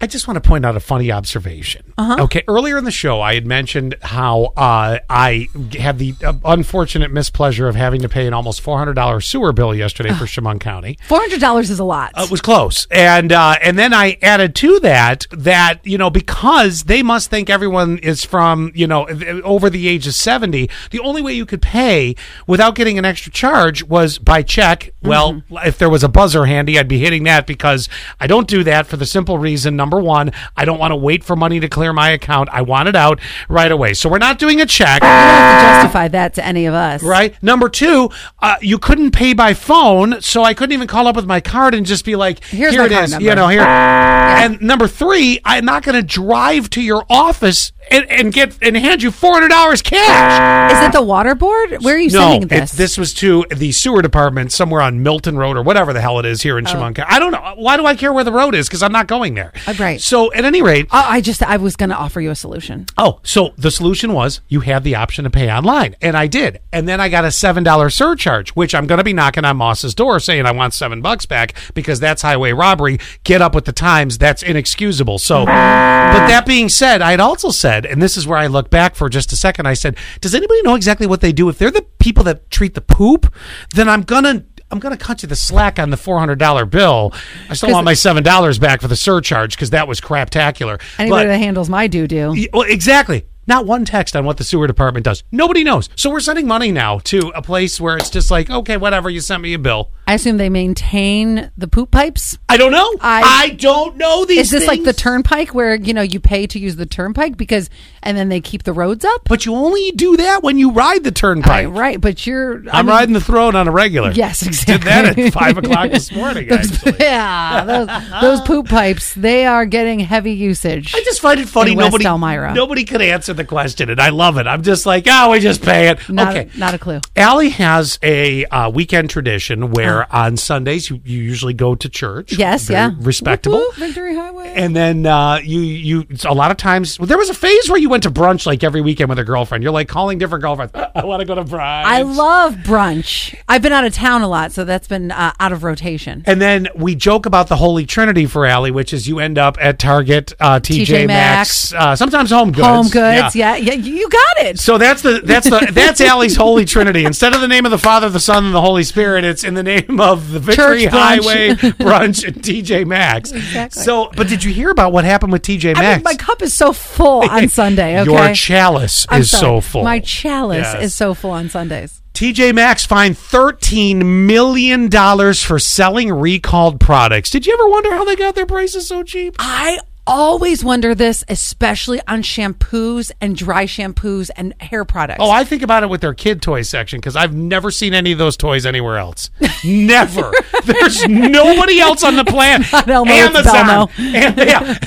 I just want to point out a funny observation. Okay, earlier in the show, I had mentioned how uh, I had the uh, unfortunate mispleasure of having to pay an almost four hundred dollars sewer bill yesterday for Chemung County. Four hundred dollars is a lot. Uh, It was close, and uh, and then I added to that that you know because they must think everyone is from you know over the age of seventy. The only way you could pay without getting an extra charge was by check. Well, if there was a buzzer handy, I'd be hitting that because I don't do that for the simple reason: number one, I don't want to wait for money to clear my account. I want it out right away. So we're not doing a check. you don't have to justify that to any of us. Right. Number two, uh, you couldn't pay by phone, so I couldn't even call up with my card and just be like, Here's "Here my it card is," number. you know. Here. And number three, I'm not going to drive to your office and, and get and hand you four hundred dollars cash. Is it the water board? Where are you No, sending it, this? this was to the sewer department somewhere on Milton Road or whatever the hell it is here Oh. in Shamunka. I don't know. Why do I care where the road is? Because I'm not going there. Uh, right. So at any rate, I I just I was going to offer you a solution. Oh, so the solution was you had the option to pay online, and I did. And then I got a seven dollar surcharge, which I'm going to be knocking on Moss's door saying I want seven bucks back because that's highway robbery. Get up with the times. That's inexcusable. So, but that being said, I had also said, and this is where I look back for just a second. I said, does anybody know exactly what they do? If they're the people that treat the poop, then I'm gonna. I'm gonna cut you the slack on the four hundred dollar bill. I still want my seven dollars back for the surcharge because that was craptacular. Anybody But- that handles my doo doo. Y- Well, exactly. Not one text on what the sewer department does. Nobody knows. So we're sending money now to a place where it's just like, okay, whatever, you sent me a bill. I assume they maintain the poop pipes. I don't know. I- I, don't know these Is this like the things. turnpike where you know you pay to use the turnpike because and then they keep the roads up? But you only do that when you ride the turnpike. Right, right, but you're I I'm mean, riding the throne on a regular. Yes, Did that exactly. at five o'clock this morning. actually. Yeah, those, those poop pipes, they are getting heavy usage. I just find it funny. In West nobody, Elmira. nobody could answer the question, and I love it. I'm just like, oh, we just pay it. not, okay, not a clue. Allie has a uh, weekend tradition where on Sundays you, you usually go to church. Oh. Yes, Very yeah. Respectable. Whoop, whoop, Victory Highway. And then uh, you you a lot of times well, there was a phase where you went to brunch like every weekend with a girlfriend. You're like calling different girlfriends. I want to go to brunch. I love brunch. I've been out of town a lot, so that's been uh, out of rotation. And then we joke about the Holy Trinity for Allie, which is you end up at Target, uh, TJ, TJ Maxx, uh, sometimes Home Goods. Home goods, yeah. yeah, you got it. So that's the that's the that's Allie's Holy Trinity. Instead of the name of the Father, the Son, and the Holy Spirit, it's in the name of the Victory Church brunch. Highway brunch and TJ Maxx. Exactly. So, but did you hear about what happened with TJ I Maxx? mean, my cup is so full on Sunday. Okay, Your chalice I'm is sorry. so full. My chalice Yes. is so full on Sundays. TJ Maxx fined thirteen million dollars for selling recalled products. Did you ever wonder how they got their prices so cheap? I always wonder this, especially on shampoos and dry shampoos and hair products. Oh, I think about it with their kid toy section because I've never seen any of those toys anywhere else. Never. There's nobody else on the planet. not Elmo, it's Belmo. Amazon. And, yeah.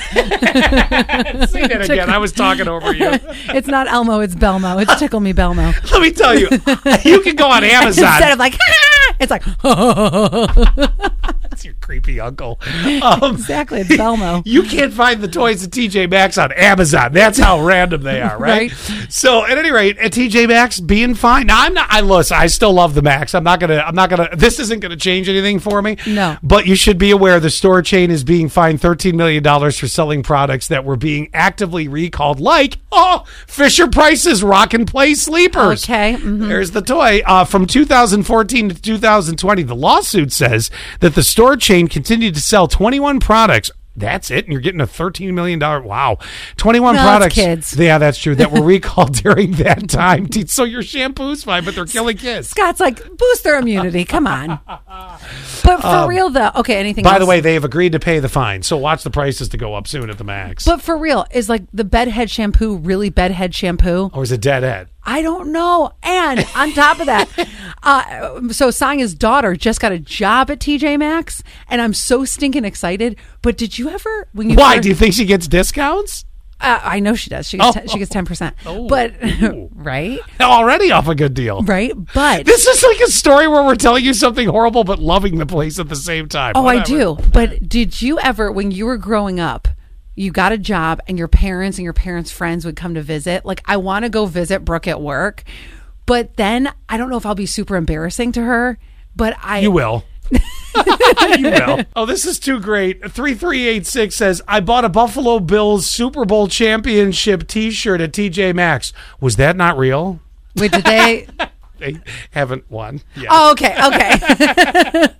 Say that again. I was talking over you. it's not Elmo, it's Belmo. It's Tickle Me Belmo. Let me tell you, you can go on Amazon. Instead of like, it's like, That's your creepy uncle. Um, exactly, it's Belmo. You can't find the toys at TJ Maxx on Amazon. That's how random they are, right? So, at any rate, at TJ Maxx, being fine. Now, I'm not. I listen. I still love the Max. I'm not gonna. I'm not gonna. This isn't gonna change anything for me. No. But you should be aware the store chain is being fined 13 million dollars for selling products that were being actively recalled, like oh, Fisher Price's Rock and Play sleepers. Okay, mhm. There's the toy. Uh, from 2014 to 2020, the lawsuit says that the store chain continued to sell 21 products. That's it, and you're getting a thirteen million dollar wow, twenty one No, it's products. kids. yeah, that's true. That were recalled during that time. So your shampoo's fine, but they're killing kids. Scott's like, boost their immunity. Come on. But for real, though, okay, anything Um, By else? the way, they have agreed to pay the fine, so watch the prices to go up soon at the max. But for real, is like the bedhead shampoo really bedhead shampoo? or is it dead end? I don't know. And on top of that, uh, so Sanya's daughter just got a job at TJ Maxx, and I'm so stinking excited. But did you ever when you Why do you think she gets discounts? Uh, I know she does. She gets Oh. te- she gets ten percent. But Ooh. right, Already off a good deal. right. But This is like a story where we're telling you something horrible but loving the place at the same time. oh, I Whatever. do. But did you ever when you were growing up? You got a job, and your parents and your parents' friends would come to visit. Like, I want to go visit Brooke at work, but then I don't know if I'll be super embarrassing to her. But I You will. you know. Oh, this is too great. 3386 says, I bought a Buffalo Bills Super Bowl championship t shirt at TJ Maxx. Was that not real? Wait, did they? They haven't won. yet. Oh, okay, okay.